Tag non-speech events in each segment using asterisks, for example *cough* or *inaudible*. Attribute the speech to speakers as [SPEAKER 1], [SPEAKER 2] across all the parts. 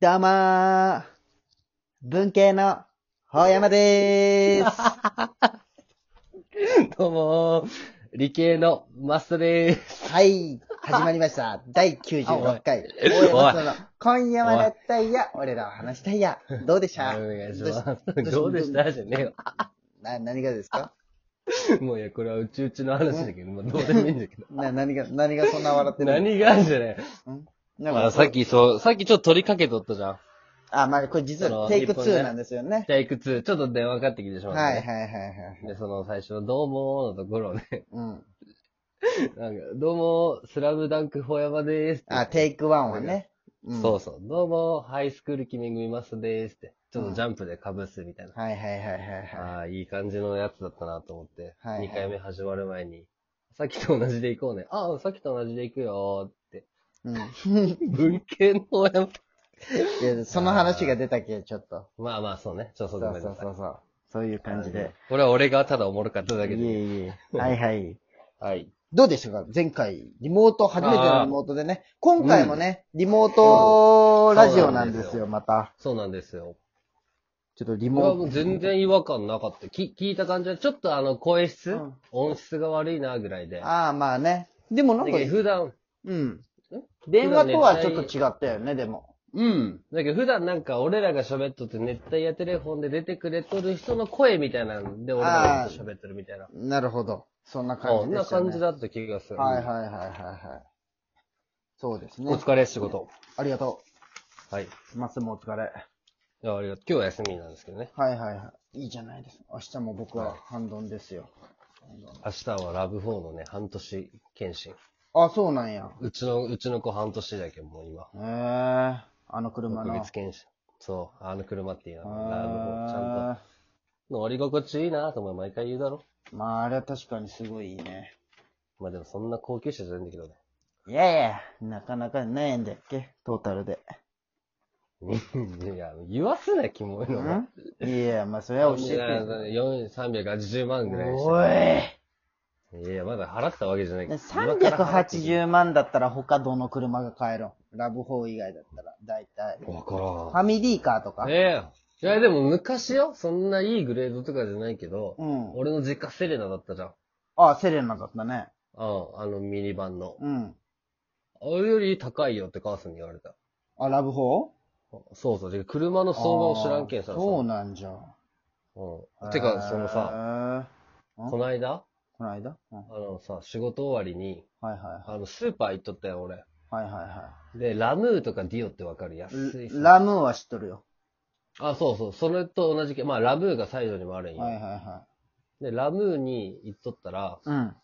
[SPEAKER 1] どうもー文系のほやまでーす
[SPEAKER 2] *laughs* どうもー、理系のマストでーす。
[SPEAKER 1] はい、始まりま
[SPEAKER 2] *laughs*
[SPEAKER 1] した。第96回、
[SPEAKER 2] い
[SPEAKER 1] 大山さんの今夜は熱帯夜、俺らは話したいや、どうでした
[SPEAKER 2] お願いし
[SPEAKER 1] どう
[SPEAKER 2] ま
[SPEAKER 1] し
[SPEAKER 2] す。どうでしたじゃねえよ。
[SPEAKER 1] な何がですか
[SPEAKER 2] *laughs* もういや、これはうちうちの話だけ *laughs* ど、まあどうでもいいんだけど。
[SPEAKER 1] な何が、何がそんな笑ってる
[SPEAKER 2] 何があるじゃね
[SPEAKER 1] な
[SPEAKER 2] え。
[SPEAKER 1] んか
[SPEAKER 2] あさっ。きそう、さっきちょっと取りかけとったじゃん。
[SPEAKER 1] あ、まあ、これ実
[SPEAKER 2] そ
[SPEAKER 1] は
[SPEAKER 2] の
[SPEAKER 1] テイク
[SPEAKER 2] 日本ね
[SPEAKER 1] 2なんですよね。
[SPEAKER 2] じゃあいくつ、ちょっと電話かかってきてしま
[SPEAKER 1] は
[SPEAKER 2] っ
[SPEAKER 1] い
[SPEAKER 2] た、
[SPEAKER 1] はいはい
[SPEAKER 2] ね。
[SPEAKER 1] はい。
[SPEAKER 2] で、その最初のどうもーのところをね、
[SPEAKER 1] うん。
[SPEAKER 2] なんか、どうもー、スラムダンクほやまでーすって。
[SPEAKER 1] あ、テイク1はね。ん
[SPEAKER 2] そうそう。どうもー、ハイスクール決め組マストでーすって。ちょっとジャンプで被すみたいな。
[SPEAKER 1] はいはいはいはいはい。
[SPEAKER 2] ああ、いい感じのやつだったなと思って、
[SPEAKER 1] はいはい
[SPEAKER 2] 2回目始まる前に、さっきと同じで行こうね。ああ、さっきと同じで行くよーって。
[SPEAKER 1] うん。
[SPEAKER 2] 文系の親も。
[SPEAKER 1] いやその話が出たけ、ちょっと。
[SPEAKER 2] まあまあ、そうね。ちょっ
[SPEAKER 1] そ
[SPEAKER 2] と
[SPEAKER 1] う
[SPEAKER 2] ご
[SPEAKER 1] そう
[SPEAKER 2] め
[SPEAKER 1] ん
[SPEAKER 2] なさい
[SPEAKER 1] そ。うそう。そういう感じで。
[SPEAKER 2] これは俺がただおもろかっただけ
[SPEAKER 1] い
[SPEAKER 2] で。
[SPEAKER 1] えいえ。はいはい。
[SPEAKER 2] はい。
[SPEAKER 1] どうでしたか前回、リモート、初めての
[SPEAKER 2] あー
[SPEAKER 1] リモートでね。今回もね、リモートラジオなんです
[SPEAKER 2] そう
[SPEAKER 1] よ、また。
[SPEAKER 2] そうなんですよ。
[SPEAKER 1] ちょっとリ
[SPEAKER 2] これは
[SPEAKER 1] モ
[SPEAKER 2] もう
[SPEAKER 1] ート。
[SPEAKER 2] 全然違和感なかった。き聞いた感じは、ちょっとあの、声質、
[SPEAKER 1] うん
[SPEAKER 2] 音質が悪いなぐらいで。だ
[SPEAKER 1] ああ、まあね。でもなんか
[SPEAKER 2] け、ど普段、
[SPEAKER 1] うん。電話とはちょっと
[SPEAKER 2] う。
[SPEAKER 1] 違ったよね、でも。
[SPEAKER 2] うん。だけど普段なんか俺らが喋っとって熱帯夜テレフォンで出てくれとる人の声みたいなんで俺らがずっと喋ってるみたいな。
[SPEAKER 1] なるほど。そんな感
[SPEAKER 2] そ
[SPEAKER 1] じ
[SPEAKER 2] ん
[SPEAKER 1] で
[SPEAKER 2] な
[SPEAKER 1] した、ね。
[SPEAKER 2] 感じだった気がする。
[SPEAKER 1] はいはいはいはいはい。そうです
[SPEAKER 2] お
[SPEAKER 1] ね。
[SPEAKER 2] 疲れ仕事。
[SPEAKER 1] ありがと。
[SPEAKER 2] はい。いう
[SPEAKER 1] ますもお疲れ。
[SPEAKER 2] や、ありがとう。今日は休みなんですけどね。
[SPEAKER 1] はいはいはい。いいじゃないですか。明日も僕は半ドンですよ。
[SPEAKER 2] 明日はラブ4のね、半年検診。
[SPEAKER 1] あ、そうなんや。
[SPEAKER 2] うちの、うちの子半年だけど、もう今。
[SPEAKER 1] へえー、あの車
[SPEAKER 2] 特
[SPEAKER 1] の。
[SPEAKER 2] 別検診。そう、あの車っていう
[SPEAKER 1] あ
[SPEAKER 2] のはラブ4。ちゃん
[SPEAKER 1] ー
[SPEAKER 2] と。乗り心地いいなと思い毎回言うだろ。
[SPEAKER 1] まあ、あれは確かにすごいいいね。
[SPEAKER 2] まあでもそんな高級車じゃないんだけどね。 *laughs*
[SPEAKER 1] いやいや、なかなかないんだっけトータルで。
[SPEAKER 2] いや、言わすな、キモいのも。
[SPEAKER 1] んいや、まあ、それは教えて
[SPEAKER 2] いや
[SPEAKER 1] よ。
[SPEAKER 2] 4 380万ぐらいし
[SPEAKER 1] おい
[SPEAKER 2] て。いや、まだ払ったわけじゃない。
[SPEAKER 1] !380 万だったら他どの車が買えろラブ4以外だったら、だいたい。フ
[SPEAKER 2] わから
[SPEAKER 1] ァミリーカーとか
[SPEAKER 2] ん。。ええいや、でも昔よ、そんないいグレードとかじゃないけど、
[SPEAKER 1] うん。
[SPEAKER 2] 俺の実家セレナだったじゃん。
[SPEAKER 1] あ、セレナだったね。
[SPEAKER 2] うん、あのミニバンの。
[SPEAKER 1] うん。
[SPEAKER 2] あれより高いよって母さんに言われた。
[SPEAKER 1] あ、ラブ 4?
[SPEAKER 2] そうそう。で車の相場を知らんけんさ。
[SPEAKER 1] あーそうなんじゃん。
[SPEAKER 2] う。ん。てか、そのさ、
[SPEAKER 1] さ。
[SPEAKER 2] この間、
[SPEAKER 1] この間、うん、はい
[SPEAKER 2] あのさ、仕事終わりに、
[SPEAKER 1] はいは
[SPEAKER 2] あの、スーパー行っとったよ、俺。
[SPEAKER 1] い。はいはい
[SPEAKER 2] で、ラムーとかディオってわかる安
[SPEAKER 1] はいい。
[SPEAKER 2] さ。
[SPEAKER 1] ラムーは知っとるよ。
[SPEAKER 2] あ、そうそう。それと同じけ、まあ、ラムーがサイドにもあるんよ。
[SPEAKER 1] はいはいは
[SPEAKER 2] で、ラムーに行っとったら、
[SPEAKER 1] い。うん。はい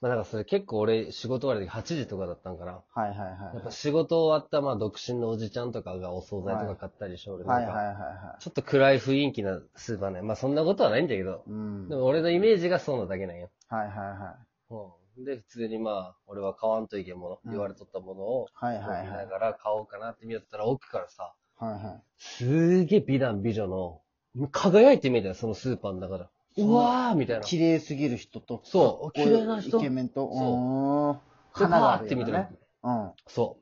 [SPEAKER 2] まあ、なんかそれ結構俺、仕事終わりで8時とかだったんかな。
[SPEAKER 1] はい
[SPEAKER 2] やっ
[SPEAKER 1] は
[SPEAKER 2] ぱ仕事終わった、まあ、独身のおじちゃんとかがお惣菜とか買ったりして、俺
[SPEAKER 1] い。
[SPEAKER 2] な
[SPEAKER 1] は
[SPEAKER 2] ん
[SPEAKER 1] いはい
[SPEAKER 2] か
[SPEAKER 1] はいは
[SPEAKER 2] ちょっと暗い雰囲気なスーパーね。まあ、そんなことはないんだけど
[SPEAKER 1] い。、うん。
[SPEAKER 2] で
[SPEAKER 1] はい
[SPEAKER 2] も俺のイメージがそうなだけなんよ。
[SPEAKER 1] はいは
[SPEAKER 2] うん、で、普通にまあ、俺は買わんといけんもの、
[SPEAKER 1] うん
[SPEAKER 2] 言われとったものを、
[SPEAKER 1] はい
[SPEAKER 2] 見
[SPEAKER 1] はいはい
[SPEAKER 2] ながら買おうかなって見よったら、奥からさ、
[SPEAKER 1] い。はいはい。
[SPEAKER 2] すーげえ美男美女の、輝いて見えたよ、そのスーパーの中で。うわーみたいな。
[SPEAKER 1] 綺麗すぎる人と。
[SPEAKER 2] そう、
[SPEAKER 1] かっ
[SPEAKER 2] 綺
[SPEAKER 1] こいい
[SPEAKER 2] 麗な人。
[SPEAKER 1] イケメンと。
[SPEAKER 2] そう
[SPEAKER 1] うーん。
[SPEAKER 2] で
[SPEAKER 1] 花があ
[SPEAKER 2] パー
[SPEAKER 1] る
[SPEAKER 2] って
[SPEAKER 1] よ
[SPEAKER 2] 見たら
[SPEAKER 1] ね。、うん。
[SPEAKER 2] そ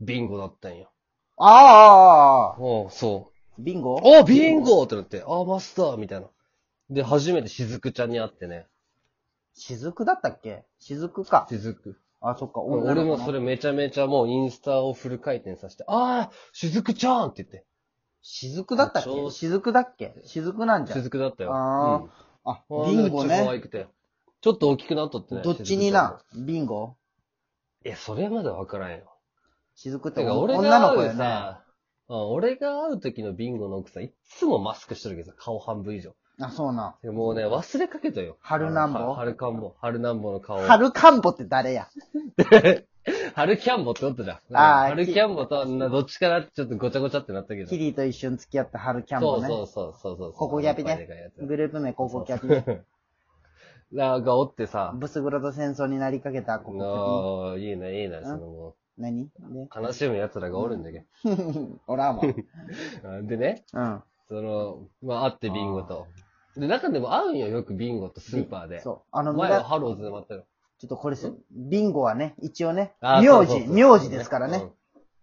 [SPEAKER 2] う、ビンゴだったんよ。
[SPEAKER 1] ああ
[SPEAKER 2] うん、そう。
[SPEAKER 1] ビンゴ
[SPEAKER 2] あ、ビンゴってなって、あ、マスターみたいな。で、初めてしずくちゃんに会ってね。
[SPEAKER 1] 雫だったっけ雫か。
[SPEAKER 2] しずく。
[SPEAKER 1] あ、そっか。女
[SPEAKER 2] 俺
[SPEAKER 1] の子
[SPEAKER 2] も
[SPEAKER 1] の
[SPEAKER 2] そ。れめちゃめちゃもうインスタをフル回転させて、あー、しずくちゃんって言って。
[SPEAKER 1] 雫だったっけ
[SPEAKER 2] ちょう
[SPEAKER 1] 雫だっけ雫なんじゃ
[SPEAKER 2] し
[SPEAKER 1] ん。
[SPEAKER 2] ずくだったよ。
[SPEAKER 1] あー
[SPEAKER 2] うん
[SPEAKER 1] あ、
[SPEAKER 2] あー
[SPEAKER 1] ビンゴ
[SPEAKER 2] めっちゃ可
[SPEAKER 1] ね。
[SPEAKER 2] 愛くて。ちょっと大きくなっとってね。
[SPEAKER 1] どっちにな、ビンゴ
[SPEAKER 2] 雫ちゃんも。え、それまでわからんよ。
[SPEAKER 1] 雫って
[SPEAKER 2] てか、俺
[SPEAKER 1] 女
[SPEAKER 2] が
[SPEAKER 1] の子
[SPEAKER 2] 会
[SPEAKER 1] よ
[SPEAKER 2] う
[SPEAKER 1] ね。
[SPEAKER 2] さ、うん俺が会う時のビンゴの奥さん、いつもマスクしとるけどさ、顔半分以上。
[SPEAKER 1] あ、そうなん。
[SPEAKER 2] てかもうね、忘れかけたよ。
[SPEAKER 1] 春なんぼ
[SPEAKER 2] あのは春かんぼ。春なんぼの顔。
[SPEAKER 1] 春カンボって誰や
[SPEAKER 2] 春キャンボっておったじゃん。
[SPEAKER 1] あー
[SPEAKER 2] 春キャンボとあんなどっちかなってちょっとごちゃごちゃってなったけど。
[SPEAKER 1] キリーと一緒に付き合った春キャンボ
[SPEAKER 2] そう
[SPEAKER 1] ね。
[SPEAKER 2] そうそうそうそう。
[SPEAKER 1] ココギャビね
[SPEAKER 2] おっぱいでかいやつ
[SPEAKER 1] グループ名、高校キャピね。
[SPEAKER 2] ながおってさ、
[SPEAKER 1] ブス黒と戦争になりかけた高校
[SPEAKER 2] のいいね、いいね、そのも
[SPEAKER 1] キャピ。何
[SPEAKER 2] う、悲しむ奴らがおるんだけ
[SPEAKER 1] で *laughs* お
[SPEAKER 2] *laughs*
[SPEAKER 1] らんわ。
[SPEAKER 2] ど。あでね、
[SPEAKER 1] うん。
[SPEAKER 2] その、まあ、会ってビンゴと。で、中でも会うんよ、よくビンゴとスーパーで。
[SPEAKER 1] そう。あの、
[SPEAKER 2] 前
[SPEAKER 1] 村
[SPEAKER 2] はハローズで待ってる。
[SPEAKER 1] ちょっとこれす、ビンゴはね、一応ね、
[SPEAKER 2] あー
[SPEAKER 1] 名
[SPEAKER 2] そう
[SPEAKER 1] 字、
[SPEAKER 2] そうそう
[SPEAKER 1] 名字ですからね。
[SPEAKER 2] うん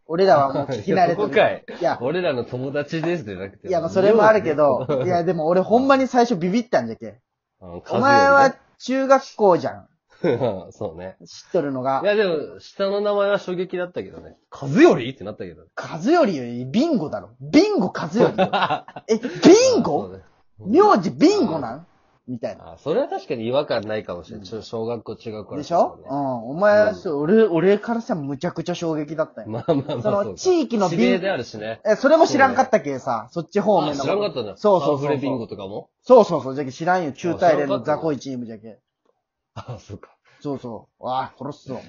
[SPEAKER 1] 俺らはもう聞き慣れて
[SPEAKER 2] こ
[SPEAKER 1] る。
[SPEAKER 2] かい。
[SPEAKER 1] いや、
[SPEAKER 2] 俺らの友達ですじゃなくて。
[SPEAKER 1] いや、まあそれもあるけど、いや、でも俺ほんまに最初ビビったんじゃけ。
[SPEAKER 2] うん、数
[SPEAKER 1] お
[SPEAKER 2] よりね
[SPEAKER 1] 前は、中学校じゃん。
[SPEAKER 2] うんそうね。
[SPEAKER 1] 知っとるのが
[SPEAKER 2] い。や、でも、下の名前は衝撃だったけどね。和よりってなったけどね。
[SPEAKER 1] カズよりよりビンゴだろ。ビンゴカズよりよ。
[SPEAKER 2] *laughs*
[SPEAKER 1] え、ビン
[SPEAKER 2] あそう
[SPEAKER 1] ゴ
[SPEAKER 2] ね
[SPEAKER 1] 名字ビンゴなんみたいな。
[SPEAKER 2] あ、それは確かに違和感ないかもしれない。ちょ小学校違うから。
[SPEAKER 1] でしょうん。お前はそう、俺、俺からしたらむちゃくちゃ衝撃だったよ。
[SPEAKER 2] まあまあまあ。
[SPEAKER 1] その
[SPEAKER 2] うか
[SPEAKER 1] 地域の
[SPEAKER 2] 地
[SPEAKER 1] ビン
[SPEAKER 2] 名であるしね。
[SPEAKER 1] え、それも知らんかったけさ、そっち方
[SPEAKER 2] あ
[SPEAKER 1] 面の。
[SPEAKER 2] 知らんかったんだ。
[SPEAKER 1] そうそう
[SPEAKER 2] サンフ
[SPEAKER 1] そ
[SPEAKER 2] レ
[SPEAKER 1] う
[SPEAKER 2] ビンゴ
[SPEAKER 1] そう。
[SPEAKER 2] とかも
[SPEAKER 1] そうそうそう、じゃけ知らんよ。中大連
[SPEAKER 2] あ知らん
[SPEAKER 1] の
[SPEAKER 2] かった
[SPEAKER 1] 雑魚いチームじゃけ。
[SPEAKER 2] あ、そうか。
[SPEAKER 1] そうそう。わあ、殺
[SPEAKER 2] *laughs*
[SPEAKER 1] すぞ。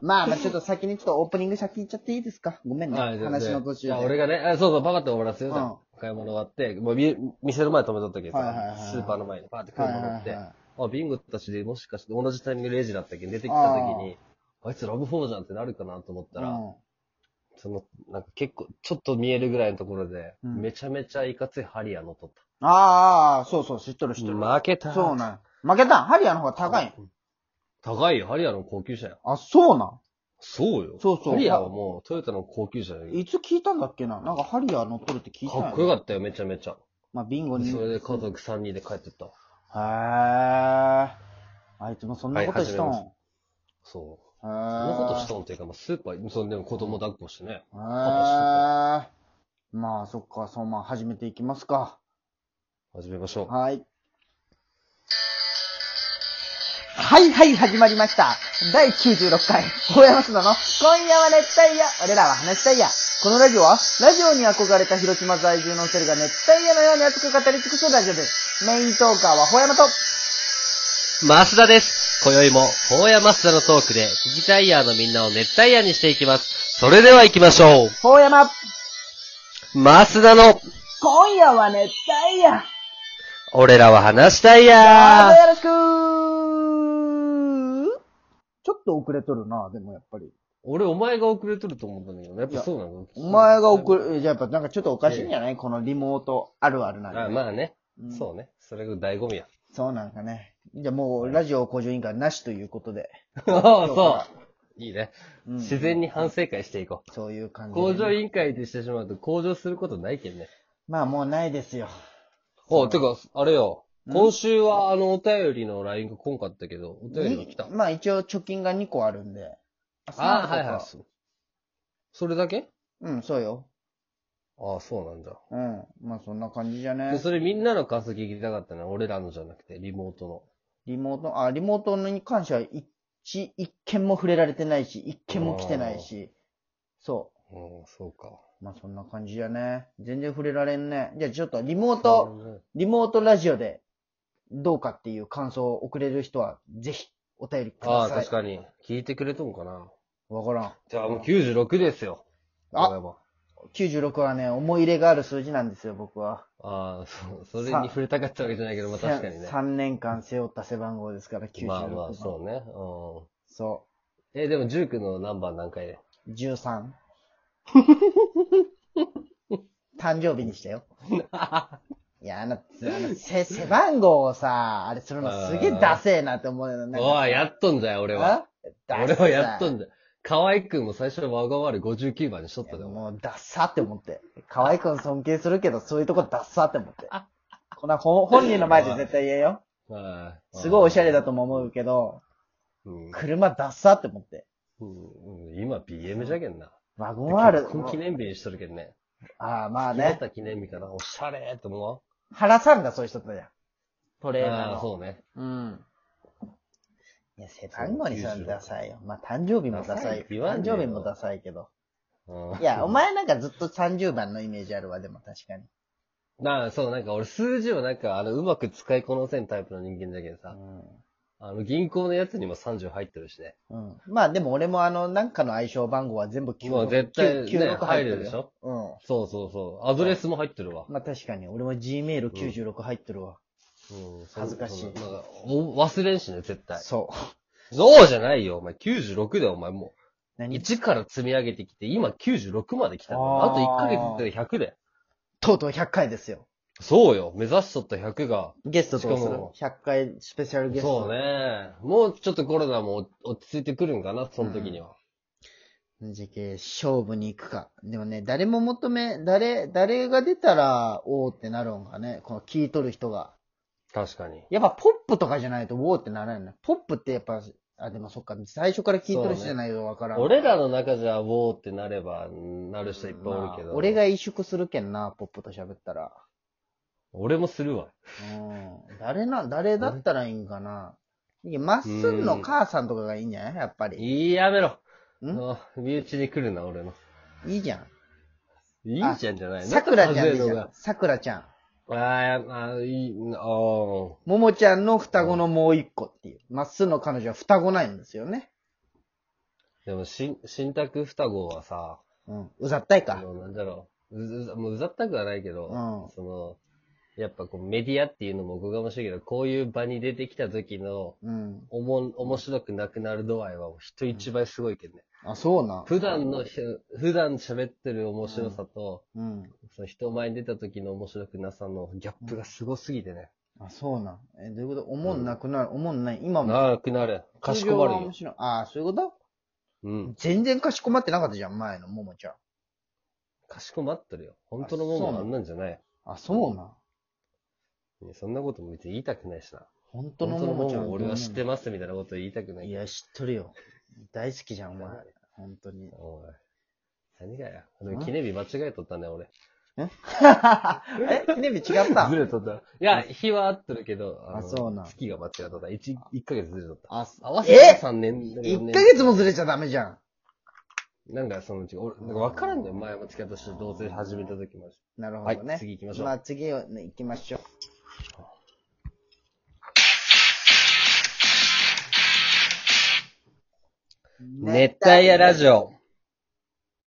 [SPEAKER 1] まあまあ、ちょっと先にちょっとオープニング先行っちゃっていいですかごめんね。
[SPEAKER 2] はい、全然
[SPEAKER 1] 話の途中
[SPEAKER 2] い
[SPEAKER 1] で。
[SPEAKER 2] や、俺がね、あそうそう、パパって終わらせようじゃん
[SPEAKER 1] うん
[SPEAKER 2] 買い物終わって、もうみ店の前止めとったけどさ、
[SPEAKER 1] はいはいはい
[SPEAKER 2] スーパーの前にパーって
[SPEAKER 1] は
[SPEAKER 2] 車
[SPEAKER 1] いはい
[SPEAKER 2] 乗って、
[SPEAKER 1] は
[SPEAKER 2] あ、ビンゴたちでもしかして同じタイミングでレジだったっけ出てきた時に、あいつラブフォーじゃんってなるかなと思っ
[SPEAKER 1] い。
[SPEAKER 2] たら、
[SPEAKER 1] うん
[SPEAKER 2] その、なんか結構、ちょっと見えるぐらいのところで、
[SPEAKER 1] うん
[SPEAKER 2] めちゃめちゃいかついハリア乗っとっ
[SPEAKER 1] ああああ、そうそう、知っとる知っとる。
[SPEAKER 2] た。負けた。
[SPEAKER 1] そうなん。負けたんハリアの方が高いん。
[SPEAKER 2] 高いよ、ハリアの高級車や。
[SPEAKER 1] あ、そうな
[SPEAKER 2] そうよ。
[SPEAKER 1] そうそう
[SPEAKER 2] ハリアはもう、トヨタの高級車よ
[SPEAKER 1] ん。いつ聞いたんだっけななんかハリア乗っとるって聞いたん
[SPEAKER 2] か
[SPEAKER 1] や
[SPEAKER 2] っこよかったよ、めちゃめちゃ。
[SPEAKER 1] まあ、ビンゴに。
[SPEAKER 2] それ
[SPEAKER 1] へ
[SPEAKER 2] で家族3人で帰ってった。
[SPEAKER 1] え。あいつもそんなことしとん。
[SPEAKER 2] は
[SPEAKER 1] へ
[SPEAKER 2] いそ
[SPEAKER 1] え。
[SPEAKER 2] う。
[SPEAKER 1] そん
[SPEAKER 2] そんなことし
[SPEAKER 1] ん
[SPEAKER 2] たんっていうか、まあ、スーパー、そんでも子供抱っこしてね。
[SPEAKER 1] へえ。まあ、そっか、そう、まあ、始めていきますか。
[SPEAKER 2] 始めましょう。
[SPEAKER 1] はい。はいはい、始まりました。第96回、大山須田の、今夜は熱帯夜、俺らは話したいや。このラジオは、ラジオに憧れた広島在住のお二人が熱帯夜のように熱く語り尽くすラジオです。メイントーカーは大山と、
[SPEAKER 2] 増田です。今宵も、ほうや増田のトークで、聞きたいヤーのみんなを熱帯夜にしていきます。それでは行きましょう。
[SPEAKER 1] 大山、
[SPEAKER 2] 増田の、
[SPEAKER 1] 今夜は熱帯夜、
[SPEAKER 2] 俺らは話したい
[SPEAKER 1] どうぞ
[SPEAKER 2] や
[SPEAKER 1] よろしくちょっと遅れとるな、でもやっぱり。
[SPEAKER 2] 俺、お前が遅れとると思ったんだけどね。やっぱそうなの
[SPEAKER 1] お前が
[SPEAKER 2] れ
[SPEAKER 1] 遅れ、じゃあやっぱなんかちょっとおかしいんじゃないこのリモートあるあるなんで
[SPEAKER 2] あまあね。
[SPEAKER 1] うん
[SPEAKER 2] そうね。それが醍醐味 *laughs* や。
[SPEAKER 1] そうなんかね。じゃあもう、ラジオ向上委員会なしということで。
[SPEAKER 2] ああ、
[SPEAKER 1] そ
[SPEAKER 2] そう。 *laughs* いいね。
[SPEAKER 1] うん
[SPEAKER 2] 自然に反省会していこ
[SPEAKER 1] そういう感
[SPEAKER 2] う。
[SPEAKER 1] じで。
[SPEAKER 2] 工場委員会でしてしまうと、向上することないけんね。
[SPEAKER 1] まあもうないですよ。
[SPEAKER 2] お、てか、あれよ。
[SPEAKER 1] うん
[SPEAKER 2] 今週は、あの、お便りの LINE が来んかったけど、お便りが来た。
[SPEAKER 1] まあ一応貯金が2個あるんで。
[SPEAKER 2] あ
[SPEAKER 1] 三
[SPEAKER 2] あ、
[SPEAKER 1] 個
[SPEAKER 2] は
[SPEAKER 1] か
[SPEAKER 2] いはい。そそれだけ
[SPEAKER 1] うん、そうよ。
[SPEAKER 2] ああ、そうなんだ。
[SPEAKER 1] うん。まあそんな感じじゃ
[SPEAKER 2] で、
[SPEAKER 1] ね。
[SPEAKER 2] それみんなの感想聞きたかったな。俺らのじゃなくて、リモートの。
[SPEAKER 1] リモート、あ、リモートに関しては一、一件も触れられてないし、一件も来てないし。そ
[SPEAKER 2] うん、そうか。
[SPEAKER 1] う。まあそんな感じじゃね。全然触れられんね。じゃあちょっとリモート、リモートラジオでどうかっていう感想を送れる人は、ぜひお便りください。
[SPEAKER 2] ああ、確かに。聞いてくれとんかな。
[SPEAKER 1] わからん。
[SPEAKER 2] じゃあもう96ですよ。
[SPEAKER 1] あ、
[SPEAKER 2] あ
[SPEAKER 1] 96はね、思い入れがある数字なんですよ、僕は。
[SPEAKER 2] あー、そう。それに触れたかったわけじゃ *laughs* ないけど、まあ確かにね。
[SPEAKER 1] 3年間背負った背番号ですから、96
[SPEAKER 2] ま
[SPEAKER 1] 番。
[SPEAKER 2] あまあ、そうね。うん。
[SPEAKER 1] そ
[SPEAKER 2] え、でも、ジュークの何番何回で
[SPEAKER 1] う。13。誕生日に
[SPEAKER 2] *laughs*
[SPEAKER 1] したよ。いや、あの、あのせ背番号をさ、あれするのすげえダセえなって思うよ。なんか
[SPEAKER 2] おい、やっとんだよ、俺は。
[SPEAKER 1] あダ
[SPEAKER 2] 俺
[SPEAKER 1] ッサ
[SPEAKER 2] はやっとんだよ。河合くんも最初わがわる59番にしとっ
[SPEAKER 1] い
[SPEAKER 2] た
[SPEAKER 1] や
[SPEAKER 2] でも。
[SPEAKER 1] もう、ダッサって思って。可愛い子尊敬するけど、そういうとこダッサって思って。こんな本本人の前で絶対言えよ。
[SPEAKER 2] はい
[SPEAKER 1] すごいおしゃれだとも思うけど、
[SPEAKER 2] うん。
[SPEAKER 1] 車ダッサって思って。
[SPEAKER 2] うんうん今 BM じゃけんな。
[SPEAKER 1] ワゴン R
[SPEAKER 2] 結。婚記念日にしとるけんね。
[SPEAKER 1] ああ、まあ
[SPEAKER 2] 決まっ
[SPEAKER 1] ね。
[SPEAKER 2] た記念日かな。おしゃれーって思わん
[SPEAKER 1] 原さんがそういう人だよ。トレーナー
[SPEAKER 2] ああー、
[SPEAKER 1] の。
[SPEAKER 2] そうね。
[SPEAKER 1] う。ん。いや、背番号にするのダサいよ。まあ、誕生日もダサい。
[SPEAKER 2] 言わ
[SPEAKER 1] 誕
[SPEAKER 2] んねえよ
[SPEAKER 1] 生日もダサいけど。
[SPEAKER 2] うん
[SPEAKER 1] いや、お。前なんかずっと30番のイメージあるわ、でも確かに。
[SPEAKER 2] なあ、そう、なんか俺数字をなんか、あの、うまく使いこなせんタイプの人間だけどさ、あの、銀行のやつにも30入ってるしね。
[SPEAKER 1] うん。うん。まあ、でも俺もあの、なんかの相性番号は全部9
[SPEAKER 2] まあ絶対ね入
[SPEAKER 1] って
[SPEAKER 2] るでしょ
[SPEAKER 1] う
[SPEAKER 2] そうそうそう。アドレスも入ってるわ。
[SPEAKER 1] ん。まあ確かに、俺も Gmail96 入ってるわ。
[SPEAKER 2] うん、
[SPEAKER 1] 恥ずかしい
[SPEAKER 2] そんななんかお忘れんしね、絶対。
[SPEAKER 1] そう。
[SPEAKER 2] そうじゃないよ、お前。96だよ、お前もう。
[SPEAKER 1] 何
[SPEAKER 2] 1から積み上げてきて、今96まで来たから。
[SPEAKER 1] あー
[SPEAKER 2] あと1ヶ月で100で。
[SPEAKER 1] とうとう100回ですよ。
[SPEAKER 2] そうよ。目指しとった100が。
[SPEAKER 1] ゲストどうす
[SPEAKER 2] しか
[SPEAKER 1] る
[SPEAKER 2] も
[SPEAKER 1] ?100 回スペシャルゲスト。
[SPEAKER 2] そうね。もうちょっとコロナも落ち着いてくるんかな、その時には。
[SPEAKER 1] じゃけ、勝負に行くか。でもね、誰も求め、誰、誰が出たら、おーってなるんかね。この聞いとる人が。
[SPEAKER 2] 確かに。
[SPEAKER 1] やっぱポップとかじゃないと、おーってならんね。ポップってやっぱ、あ、でもそっか、最初から聞いとる人じゃないとわからん。
[SPEAKER 2] 俺らの中じゃ、ウォーってなれば、なる人いっぱいおるけど。
[SPEAKER 1] まあ俺が萎縮するけんな、ポップと喋ったら。
[SPEAKER 2] 俺もするわ。
[SPEAKER 1] うん。誰な、誰だったらいいんかな。いやまっすんの母さんとかがいいんじゃないやっぱり。
[SPEAKER 2] いい、やめろ。
[SPEAKER 1] ん
[SPEAKER 2] あ身内に来るな、俺の。
[SPEAKER 1] いいじゃん。
[SPEAKER 2] いいじゃんじゃない
[SPEAKER 1] さくらちゃんでいいじ
[SPEAKER 2] 仲外れ
[SPEAKER 1] ゃ
[SPEAKER 2] の
[SPEAKER 1] ん。さくらちゃん。
[SPEAKER 2] が。あーあー、いい、あー
[SPEAKER 1] ももちゃんの双子のもう一個っていう。まっすんの彼女は双子なんですよね。
[SPEAKER 2] でも、しん、新宅双子はさ、
[SPEAKER 1] うん。うざったい
[SPEAKER 2] あ
[SPEAKER 1] か。
[SPEAKER 2] の、なんだろう、うずうざ、もううざったくはないけど、
[SPEAKER 1] うん
[SPEAKER 2] その、やっぱこうメディアっていうのもおこがましいけど、こういう場に出てきた時の、
[SPEAKER 1] うん。
[SPEAKER 2] おもん、面白くなくなる度合いは人一倍すごいけどね。
[SPEAKER 1] あ、そうな。
[SPEAKER 2] 普段のひ、普段喋ってる面白さと、
[SPEAKER 1] うん。
[SPEAKER 2] その人前に出た時の面白くなさのギャップがすごすぎてね。
[SPEAKER 1] あ、そうな。え、どういうことおもんなくなる。おもんない。今も。
[SPEAKER 2] 長くなる。かし
[SPEAKER 1] 通
[SPEAKER 2] こま
[SPEAKER 1] 常は
[SPEAKER 2] る
[SPEAKER 1] 面
[SPEAKER 2] よ。
[SPEAKER 1] 白い。ああ、そういうこと
[SPEAKER 2] うん。
[SPEAKER 1] 全然かしこまってなかったじゃん、前のももちゃん。
[SPEAKER 2] かしこまってるよ。本当のも
[SPEAKER 1] あそう
[SPEAKER 2] の
[SPEAKER 1] な
[SPEAKER 2] は
[SPEAKER 1] の
[SPEAKER 2] あんなんじゃない。
[SPEAKER 1] あ、そうな。
[SPEAKER 2] ねそんなことも別に言いたくないしな。
[SPEAKER 1] 本当
[SPEAKER 2] 本
[SPEAKER 1] の
[SPEAKER 2] 当の
[SPEAKER 1] も
[SPEAKER 2] も
[SPEAKER 1] もちゃ
[SPEAKER 2] の
[SPEAKER 1] ん。
[SPEAKER 2] を俺は知ってますみたいなこと言いたくない
[SPEAKER 1] い
[SPEAKER 2] けど。
[SPEAKER 1] や、知っとるよ。大好きじゃん、お前。本当に。 *laughs*
[SPEAKER 2] おい。何がや。でも記念日間違えとったね、俺。
[SPEAKER 1] え記念日違った
[SPEAKER 2] ずれとった。いや、日は合ってるけど、の
[SPEAKER 1] あそうなん
[SPEAKER 2] 月が間違えとった。1、一ヶ月ずれとった。
[SPEAKER 1] あ、
[SPEAKER 2] 合わせて
[SPEAKER 1] え
[SPEAKER 2] 3年。
[SPEAKER 1] 1ヶ月もずれちゃダメじゃん。
[SPEAKER 2] なんかそのうち、俺、なんか分からんのよ。前も付き合った人、同棲始めた時もあるし。
[SPEAKER 1] なるほ
[SPEAKER 2] はい
[SPEAKER 1] どね。、
[SPEAKER 2] 次行きましょう。
[SPEAKER 1] まあ次をね行きましょう。
[SPEAKER 2] 熱帯夜ラジオ。